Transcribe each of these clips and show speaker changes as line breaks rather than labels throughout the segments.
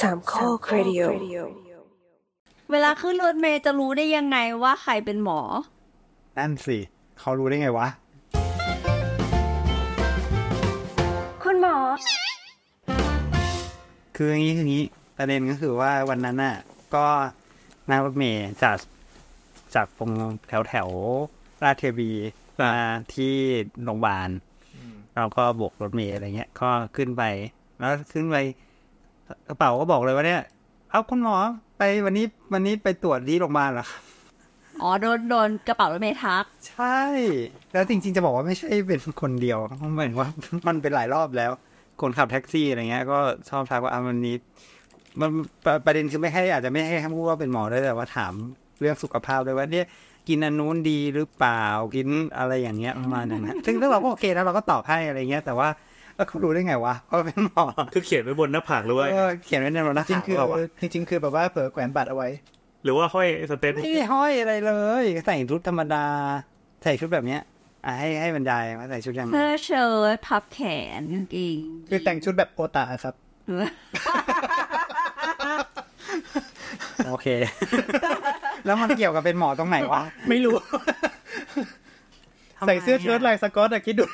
สามข้อครดิโอ
เวลาขึ้นรถเมย์จะรู้ได้ยังไงว่าใครเป็นหมอ
นั่นสิ เขารู้ได้ไงวะ
คุณหมอ
คืออย่างนี้คืออย่างนี้ประเด็นก็คือว่าวันนั้นน่ะ ก็นั่งรถเมล์จากจากตรงแถวแถวๆราชเทวีมาที่โรงพยาบาลเราก็โบกรถเมล์อะไรเงี้ย ก็ขึ้นไป แล้วขึ้นไปกระเป๋าก็บอกเลยว่าเนี่ย เอาคุณหมอไปวันนี้วันนี้ไปตรวจที่โรงพยาบาลเหรอครับ
อ๋อโดนโดนกระเป๋ารถเมย์ทัก
ใช่ แล้วจริง ๆ จะบอกว่าไม่ใช่เป็นคนเดียวเพราะหมายถึงว่า มันเป็นหลายรอบแล้ว คนขับแท็กซี่อะไรเงี้ย ก็ชอบทักว่าอ่ะวันนี้ มันประประเด็นคือไม่ให้อาจจะไม่ให้พูดว่าเป็นหมอได้วยแต่ว่าถามเรื่องสุขภาพด้วยว่าเนี่ยกินอันนู้นดีหรือเปล่ากินอะไรอย่างเงี้ยประมาณนั้นนะ ซึ่งซึ่งเราก็โอเคแล้วเราก็ตอบให้อะไรเงี้ย แต่ว่าแล้วเขารู้ได้ไงวะว่าเป็นหมอ
คือเขียนไว้บนหน้าผากหรือว่า
เออเขียนไว้ในรถนะ
จริงคือจริงๆคือแบบว่าเผลอแขวนบัตรเอาไว้
หรือว่าห้อยสเตน
ไม่ได้ห้อยอะไรเลย ใส่ชุดธรรมดา ใส่ชุดแบบเนี้ยอ่ะให้ให้บรรยายว่าใส่ชุดยังไง
เสื้อเชิ้ตพับแขนกางเกง
คือแต่งชุดแบบโอตาครับ
โอเค แล้วมันเกี่ยวกับเป็นหมอตรงไหนวะ
ไม่รู้ ใส่เสื้อเชิ้ตลายสกอตอะคิดดู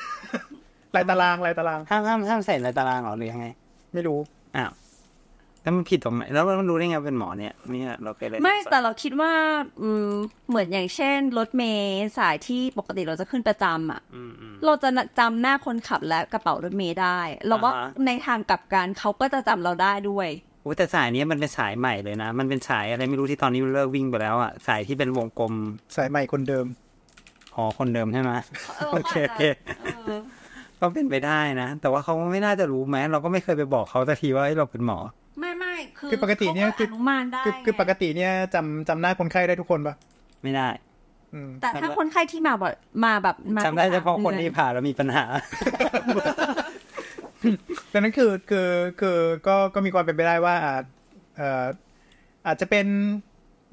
ลายตารางลายตาราง
ห้ามห้ามห้ามใส่ในตารางเหรอหรือยังไง
ไม่รู้
อ้าวแล้วมันผิดตรงไหนแล้วมันรู้ได้ไงว่าเป็นหมอเนี่ยเนี่ยเราเคยเลย
ไม่แต่เราคิดว่า อืมเหมือนอย่างเช่น รถเมย์สายที่ปกติเราจะขึ้นประจำอ่ะ
อืมอืม
เราจะจำหน้าคนขับและกระเป๋ารถเมย์ได้ เราว่า
อ่าฮะ
ในทางกลับกันเขาก็จะจำเราได้ด้วย
โอ้แต่สายเนี้ยมันเป็นสายใหม่เลยนะ มันเป็นสายอะไรไม่รู้ที่ตอนนี้เลิกวิ่งไปแล้วอ่ะสายที่เป็นวงกลม
สายใหม่คนเดิม
หอคนเดิมใช่ไหม
เออ
โอเคโอเค
เออ
ก็เป็นไปได้นะ แต่ว่าเขาไม่น่าจะรู้ไหมเราก็ไม่เคยไปบอกเขาสักทีว่าเอ้ยเราเป็นหมอ
ไม่ไม่คือ
คือปกติเนี่ยคือ
ขานุมานได้
คือคือปกติเนี่ยจำจำหน้าคนไข้ได้ทุกคนปะ
ไม่ได้
อืม
แต่ถ้าคนไข้ที่มาแบบมาแบบมา
จำได้เฉพาะคนที่
เดือ
ผ่าแล้วมีปัญหา
ดังนั้นคือคือคือก็ก็มีความเป็นไปได้ว่าอาจเอ่ออาจจะเป็น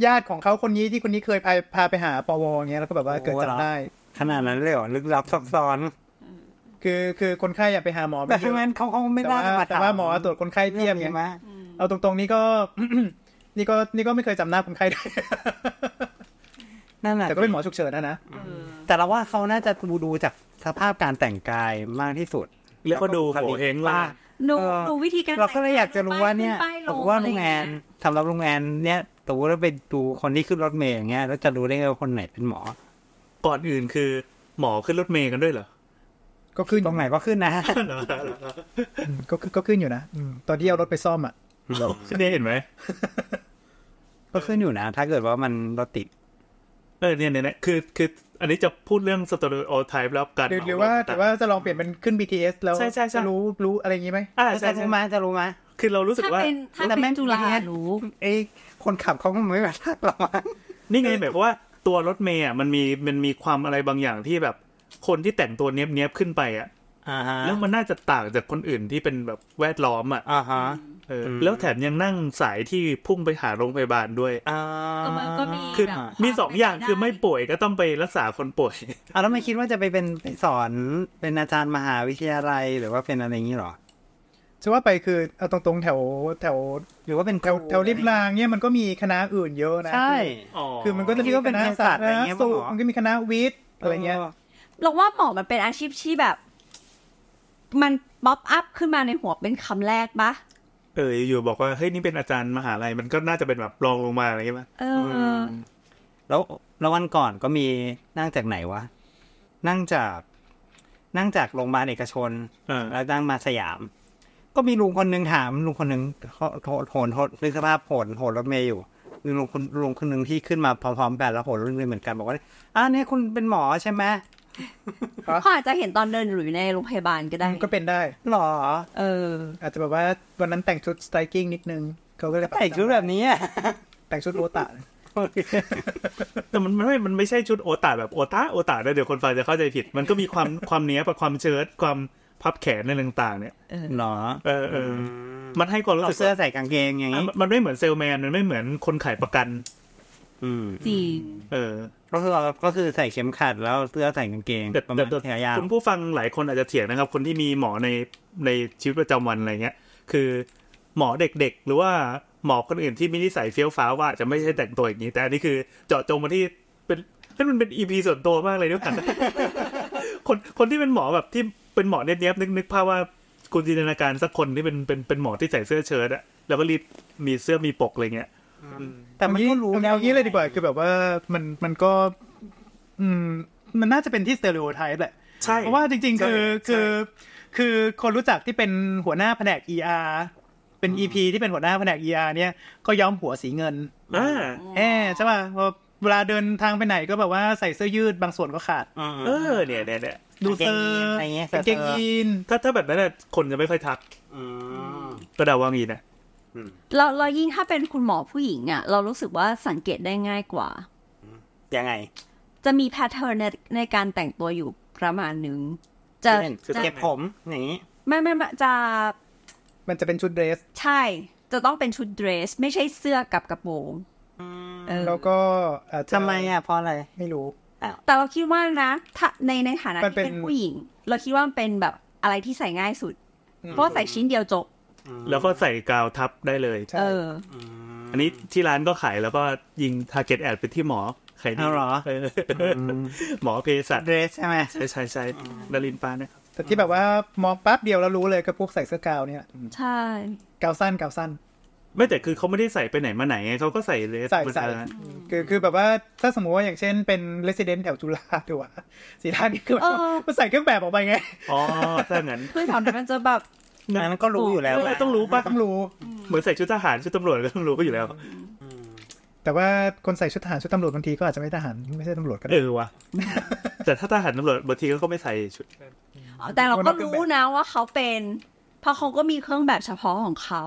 ญาติของเขาคนนี้ที่คนนี้เคยพาพาไปหาปวอย่างเงี้ยแล้วก็แบบว่า
โอ้โห
เกิดจับได้
ขนาดนั้นเลยเหรอลึกลับซับซ้อน
คือคือคนไข้อยากไปหาหมอ
แต่ทั้
ไม่เย
ง
อะ
นั้นเขาเขาไม่
แต่
ได้
ว่าแต่ว่าหมอตรวจคนไข้เพียบอย่างเงี้ย
ไหม
เอาตรงๆนี่ก็ นี่ก็นี่ก็ไม่เคยจำ หน้าคนไข้ได้
นั่นแหละ
แต่ก็เป็นหมอฉุกเฉินนะนะ
เออ
แต่เราว่าเขาน่าจะดูดูจากสภาพการแต่งกายมากที่สุด
เรียกว่าดูโหเองล่า
ดู
เออ
ดูวิธีการ
เราก็เลยอยากจะรู้ว่าเนี่ย
ขึ้ไป
ส
ล
มมติว่า
อะไร
โร
อง ย่
แร
เย
มสำหรับโรงแรมเนี่ยสมมติว่าไปดูคนที่ขึ้นรถเมย์อย่างเงี้ยแล้วจะรู้ได้ไงว่าคนไหนเป็นหมอ
ก่อนอื่นคือ หมอขึ้นรถเมย์กันด้วยเหรอ
ก็ขึ้น
ตรงไหนก็ขึ้นนะ
อืมก็ขึ้นก็ขึ้นอยู่นะอืมตอนที่เอารถไปซ่อมอ่ะ
ฉันเนี่ยเห็นไหม
ก็ขึ้นอยู่นะ ถ้าเกิดว่ามันรถติด
เออเนี่ยเนี่ยเนี่ยคือคือ อันนี้จะพูดเรื่องสตอรี่โอไทป์แล้วกัน
หรือหรือว่า
แต่
หรือว่าจะลองเปลี่ยนเป็นขึ้น BTS แล้ว
ใช่ใช่ใช่
จะรู้รู้อะไรอย่างงี้ไหม
อ่า
แล้ว
ใช่
จะ
ใช่
รู้ไหมจะรู้ไหม
คือเรารู้สึก
ถ้า
ว่า
เป็นถ้า
แต่
เป็
แม่
น
ง
จุฬา
เนี่ย
รู้
ไอ้คนขับเขาก็ไม่มาทักเราอะ
นี่ไงหมายความว่าตัวรถเมย์อ่ะมันมีมันมีความอะไรบางอย่างที่แบบ คนที่แต่งตัวเนี้ยบเนี้ยบๆขึ้นไปอ่ะ
อ่าฮะ
แล้วมันน่าจะต่างจากคนอื่นที่เป็นแบบแวดล้อมอ่ะ
อ่าฮะ
เออแล้วแถมยังนั่งสายที่พุ่งไปหาโรงพยาบาลด้วย
อ่า
ก็มันก็มี
คือ
แบบ
มีสองอย่าง
ความเป็นไปได้
คือไม่ป่วยก็ต้องไปรักษาคนป่วย
อ่ะแล้วไม่คิดว่าจะไปเป็นไปสอนเป็นอาจารย์มหาวิทยาลัยหรือว่าเป็นอะไรอย่างงี้เหรอ
จะว่าไปคือเอาตรงๆแถวแถว
หรือว่าเป็นค
แถว
รู
แถวริมรางเนี่ยมันก็มีคณะอื่นเยอะนะ
ใช่
คือคือมันก็จะ
คิดว่าเป็น
คณะ
เภสัชอะไรเงี้ย
สู
หมอ
มันก็มีคณะวิทย์อะไรเงี้ย
เราว่าหมอมันเป็นอาชีพที่แบบ มันป๊อปอัพขึ้นมาในหัวเป็นคำแรกปะ
เอออยู่ๆบอกว่าเฮ้ยนี่เป็นอาจารย์มหาลัยมันก็น่าจะเป็นแบบรองลงมาอะไรอย่างเงี้ยป่ะ
เอออ
แล้วแล้ววันก่อนก็มีนั่งจากไหนวะ นั่งจาก นั่งจากโรงพยาบาลเอกชน
เออ
แล้วนั่งมาสยาม ก็มีลุงคนหนึ่งถามลุงคนหนึ่งเขาโหนโหนโหนนึกสภาพโหนโหนรถเมย์อยู่มีลุงคนลุงคนหนึ่งที่ขึ้นมาพร้อมๆกันแล้วโหนรถเมย์เหมือนกันบอกว่าอ่าเนี่ยคุณเป็นหมอใช่ไหม
เขาอาจจะเห็นตอนเดินหรือในโรงพยาบาลก็ได้
มันก็เป็นได้
หรอ
เออ
อาจจะแบบว่าวันนั้นแต่งชุดสไตรกิ้งนิดนึงเขาก็เลย
แต่งชุดแบบนี้อะ
แต่งชุดโอตะ
แต่มันมันไม่มันไม่ใช่ชุดโอตาแบบโอตาโอตาเดี๋ยวคนฟังจะเข้าใจผิด มันก็มีความ ความเนี้ยประความเชิ้ตความพับแขนอะไรต่างๆ เนี่ย
หรอ
เออเออมันให้ความรู้
เรา
สึก
เสื้อ
ว่า
ใส่กางเกงอย่าง
อ่ะ
นี้
มันมันไม่เหมือนเซลแมนมันไม่เหมือนคนขายประกัน
อืม
จริง
เออ
ก็คือก็คือใส่เข็มขัดแล้วเสื้อใส่กางเกง
แต่
ประ
แต่
มาณ
แต่
แขนยาว
คุณผู้ฟังหลายคนอาจจะเถียงนะครับ คนที่มีหมอในในชีวิตประจำวันอะไรเงี้ย คือ หมอเด็กๆ หรือว่าหมอคนอื่นที่มีนิสัยเฟี้ยวฟ้าวว่าจะไม่ใช่แต่งตัวอย่างนี้ แต่อันนี้คือเจาะจงมาที่เป็นนั่นมันเป็นอีพีส่วนตัวมากเลยด้วยกัน คนคนที่เป็นหมอแบบที่เป็นหมอเนี้ยบๆนึกนึกภาพว่าคุณจินตนาการสักคนที่เป็นเป็นเป็นหมอที่ใส่เสื้อเชิ้ตอะแล้วก็รีดมีเสื้อมีปกอะไรเงี้ย
แต่มันก็รู้
เอาแนวนี้เลยดีกว่าคือแบบว่ามันมันก็ อืม มันน่าจะเป็นที่สเตอริโอไทป์แหละ
ใช่
เพราะว่าจริงๆ คือ
ใช่
คือคือคนรู้จักที่เป็นหัวหน้าแผนก ER เป็น EP ที่เป็นหัวหน้าแผนก ER เนี่ยก็ย้อมหัวสีเงิน
อ่า
แอใช่ป่ะพอเวลาเดินทางไปไหนก็แบบว่าใส่เสื้อยืดบางส่วนก็ขาด
เออเนี่ยเนี่ยเนี่ย
ดูเซอร์
อะไรเงี้ยเซอร์
กางเกงยีน
ถ้าถ้าแบบนั้นน่ะคนจะไม่ค่อยทักก็เดาว่างี้นะ
เราเรายิ่งถ้าเป็นคุณหมอผู้หญิงอะเรารู้สึกว่าสังเกตได้ง่ายกว่า
ยังไง
จะมีแพทเทิร์นในในการแต่งตัวอยู่ประมาณหนึ่งจะ
เช่น
จะ
เก็บผมอย่างนี้
ไม่ไม่ไม่จะ
มันจะเป็นชุดเดรส
ใช่ จะต้องเป็นชุดเดรส ไม่ใช่เสื้อกับกระโปรงเออ
แล้วก็อาจจะ
ทำไมอ่ะเพราะอะไร
ไม่รู้
แต่เราคิดว่านะถ้าในในฐานะ
มัน
ที่
เป็น
เป็นผู้หญิง เราคิดว่ามันเป็นแบบอะไรที่ใส่ง่ายสุด เพราะใส่ชิ้นเดียวจบ
แล้วก็ใส่กาวทับได้เลย
ใช่
เออ
อันนี้ที่ร้านก็ขายแล้วก็ยิง t a r g e t แอดไปที่หมอขายดี
อ้าวเหรอ
หมอเภ สัช
เดรสใช่ไหม
ใช่ใช่ใช่ดารินปานนะครับ
แต่ที่แบบว่ามองแป๊บเดียวแล้วรู้เลยก็พวกใส่เสื้อกาวเนี่ย
ใช่
กาวสั้นกาวสั้น
ไม่แต่คือเขาไม่ได้ใส่ไปไหนมาไหนไงเขาก็ใส่เลส
ใส่
บน
ใส่
ร้าน
คือคือแบบว่าถ้าสมมติว่าอย่างเช่นเป็นเลสเดนแถวจุฬาถือว่า สีทานนี่คือแบบมันใส่เครื่องแบบออกไปไง
อ๋อถ้างั้น
คือแถวนั้นมันจะแบบ
อันนั้นก็รู้อยู่แล้ว
เออต้องรู้ป่ะ
ต้องรู้
เหมือนใส่ชุดทหารชุดตำรวจก็ต้องรู้ก็อยู่แล้ว
แต่ว่าคนใส่ชุดทหารชุดตำรวจบางทีก็อาจจะไม่ทหารไม่ใช่ตำรวจก็
เอ
ได้
อว่ะแต่ถ้าทหารตำรวจบางทีก็ไม่ใส่ชุด
แต่เราก็
คนนอกเครื่อง
รู้
แบบ
นะว่าเขาเป็น เพราะเขาก็มีเครื่องแบบเฉพาะของเขา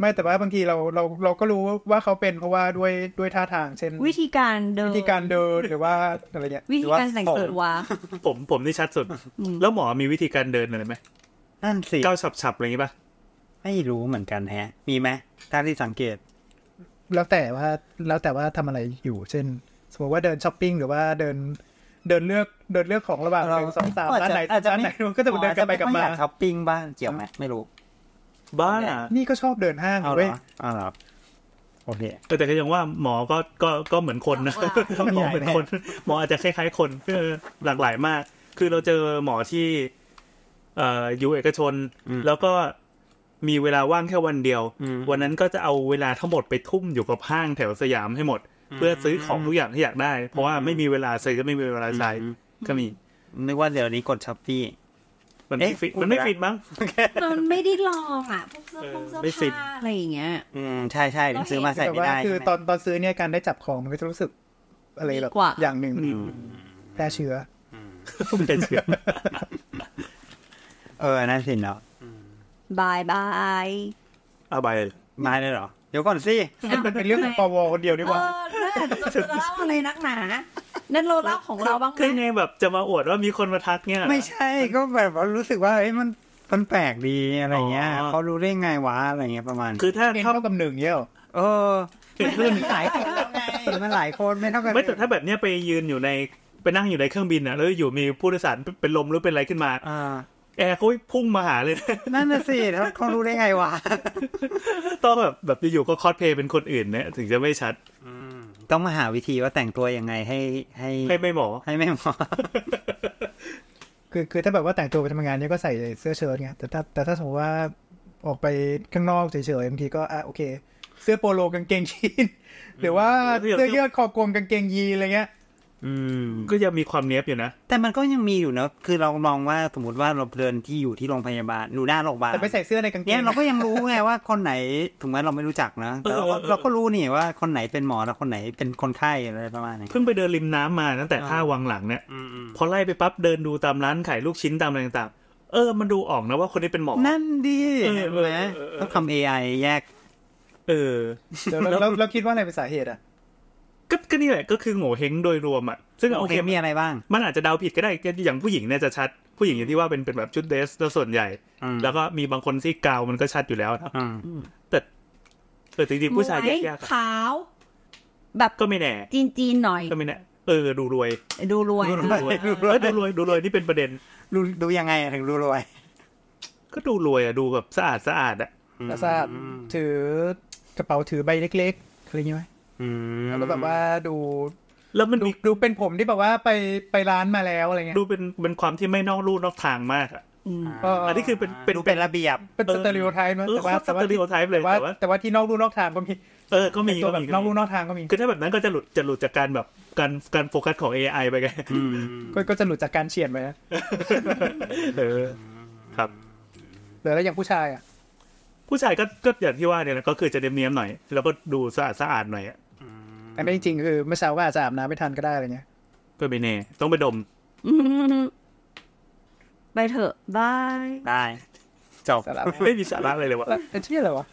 ไม่แต่ว่าบางทีเราเราเราก็รู้ว่าเขาเป็นเพราะว่าด้วยด้วยท่าทาง เช่น
วิธีการเดิน
วิธีการเดินหรือว่าอะไรเงี้ย
วิธีการแต่งตัว
ผมผมนี่ชัดสุด แล้วหมอมีวิธีการเดินอะไรไหม
นั่นสิ
ก้าวฉับๆอะไรอย่างงี้ป่ะ
ไม่รู้เหมือนกันแฮะ มีไหมถ้าที่สังเกต
แล้วแต่ว่าแล้วแต่ว่าทำอะไรอยู่ เช่น สมมติว่าเดินช้อปปิ้งหรือว่าเดินเดินเลือกเดินเลือกของระหว่างหนึ่งสองสามร้านไหน
อาจจะ
ร้านไหนก็จะเดินกลับไปกลับมา
อยช้อปปิ้งบ้างเกี่ยวไหมไม่รู้
บ้า
นี่ก็ชอบเดินห้าง
เอาเหร
เว้ย
อเอาเหรอโอเค
เออแต่ก็ยังว่าหมอก็ก็ก็เหมือนคนนะ
ต้อง
ห
ให
มอ
ญ่
เหมือน
แน่
คนหมออาจจะคล้ายๆคนเออหลากหลายมาก คือเราเจอหมอที่เอ่ออยู่เอกชน แล้วก็มีเวลาว่างแค่วันเดียว วันนั้นก็จะเอาเวลาทั้งหมดไปทุ่มอยู่กับห้างแถวสยามให้หมด เพื่อซื้อของทุกอย่างที่อยากได้ เพราะว่าไม่มีเวลาซื้อก็ไม่มีเวลาใช้ก็มี
นึกว่าเดี๋ยวนี้กดช้อปปี้
มันไม่
เอ๊ะ
ฟิต
พูด
มันไม่
ไปละ
ฟิตมั้ง
มันไม่ได้ลองอ่ะพวกเสื้อพวกเสื้อ
ไม่ฟิต
ผ้าอะไรอย่างเงี้ย
อืมใช่ใช่เดี๋ยวซื้อมาใส่
แต่
ไม่
ว่า
ได้
คือ
ใช่ไหม
ตอนตอนซื้อเนี่ยการได้จับของมันก็จะรู้สึกอะไรแบบ
ดีกว่า
อย่างหนึ่งแพร่เชื้อ
ไม่เชื่อ
เออนั่นสิเนาะ
บายบาย
เอาไป
มาเลยเหรอ เดี๋ยวก่อนสิ
มันเป็นเรื่องของปวคนเดียวนี่
เอ
หว่า
อเรื่องจะเล่าอะไรนักหนา นั่นเราเล่าของเราบ้างไหม
คือไงแบบจะมาอวดว่ามีคนมาทักเนี่ย
ไม่ใช่ก็แบบว่ารู้สึกว่าเอ้ยมันมันแปลกดีอะไรเงี้ย
อ๋อ
เขารู้ได้ไงวะอะไรเงี้ยประมาณ
คือถ้า
เป็น
ถ้า
เท่ากับหนึ่งเนี่ยหรอ
เออไม่เท่าหลายคนแล้วไงมันหลายคนไม่เท่ากัน
ไม่แต่ถ้าแบบเนี้ยไปยืนอยู่ในไปนั่งอยู่ในเครื่องบินนะแล้วอยู่มีผู้โดยสารเป็นลมหรือเป็นอะไรขึ้นมา
อ่า
แอร์เขาพุ่งมาหาเลยนะ
นั่นน่ะสิแล้วเขารู้ได้ไงวะ
ต้องแบบแบบอยู่ๆก็คอสเพลย์เป็นคนอื่นเนี่ยถึงจะไม่ชัด
ต้องมาหาวิธีว่าแต่งตัวยังไงให้ให้
ให้ไม่หมอ
ให้แม่หมอ
คือคือถ้าแบบว่าแต่งตัวไปทำงานเนี่ยก็ใส่เสื้อเชิ้ตไงแต่ถ้าแต่ถ้าสมมติว่าออกไปข้างนอกเฉยๆบางทีก็อ่ะโอเค เสื้อโปโลกางเกงยีนหรือว่า
เสื้อ
เสื้อยืดคอกลมกางเกงยีนอะไรเงี้ย
อืม
ก็ยังมีความเนี้ยบอยู่นะ
แต่มันก็ยังมีอยู่เนอะคือเรามองว่าสมมติว่าเราเดินที่อยู่ที่โรงพยาบาลดูหน้าโรงพยาบาล
แต่ไม่ใส่เสื้อในกางเก
เนี่ย
ง
เราก็ยังรู้ไงว่าคนไหนถึงแม้เราไม่รู้จักนะแต่เราก็เราก็รู้นี่ว่าคนไหนเป็นหมอแล้วคนไหนเป็นคนไข้อะไรประมาณนี้
เพิ่งไปเดินริมน้ำมาตั้งแต่ท่าวังหลังเนี่ยพอไล่ไปปั๊บเดินดูตามร้านขายลูกชิ้นตามอะไรต่างๆเออมันดูออกนะว่าคนนี้เป็นหมอ
นั่นดี
เออเออเออเออ
นะต้องทำ AI แยก
เออ
เดี๋ยวเราเราเราคิดว่าอะไรเป็นสาเหตุอ่ะ
ก็ก็นี่แหละก็คือโง่เฮงโดยรวมอ่ะซึ่ง
โอ
โอ
เค
เค
มีอะไรบ้าง
มันอาจจะเดาผิดก็ได้อย่างผู้หญิงเนี่ยจะชัดผู้หญิงอย่างที่ว่าเป็นเป็นแบบชุดเดรสซะส่วนใหญ่
อืม
แล้วก็มีบางคนที่กาวมันก็ชัดอยู่แล้วนะ
อืม
เออจริงๆผู้ชายแยกๆอะ
ขาว แบบ
ก็ไม่แน่
จีนจีนๆหน่อย
ก็ไม่แน่เออดูรวย
ดูรวย
ดูรวย
ดูรวยเออดูรวยดูรวยนี่เป็นประเด็น
ดูดูยังไงอะถึงดูรวย
ก็ดูรวยอะดูแบบสะอาดสะอาดอะ
แต่ทราบถือกระเป๋าถือใบเล็กๆอะไรอย่างเงี้ยไหม
อืม
แล้วแบบว่าดู
แล้วมัน
ดู
มี
ดูเป็นผมที่แบบว่าไปไปร้านมาแล้วอะไรเงี้ย
ดูเป็นเป็นความที่ไม่นอกลู่นอกทางมากอะ
ก็
อันนี้คือเป็นเป็น
ดูเป็นระเบียบ
เป็น
เอ
ส
อ
เตอริโอไทป์นะ
เออ
แต่
โค
ว่า
ตรส
แต่ว่า
เตอริโอไทป์เลย
แต่ว่า
แต่ว่า
แต่ว่าที่นอกลู่นอกทางก็มี
เออก็มี
เป็นตัวแบบ
มี
นอกลู่นอกทางก็มี
คือถ้าแบบนั้นก็จะหลุดจะหลุดจากการแบบการการโฟกัสของ AI ไปไง
อืม
ก็ก็จะหลุดจากการเฉียดไปนะ
เออ ครับ
เหลือแล้วอย่างผู้ชายอ่ะ
ผู้ชายก็ก็อย่างที่ว่าเนี่ยนะก็คือจะเนียมๆหน่อย แล้วก็ดูสะอาดสะอาดหน่อยอะ
อันนี้จริงๆคือเมื่อเช้าก็อาจจะอาบน้ำไม่ทันก็ได้อะไรเงี้ย
ก็ไม่แน่ต้องไปดม
อืมไปเถอะบาย
ได้จบ
สาระ
ไม่มีสาระอะไรเลยว่ะ
แล้วไอ้เชี่ยอะไรวะ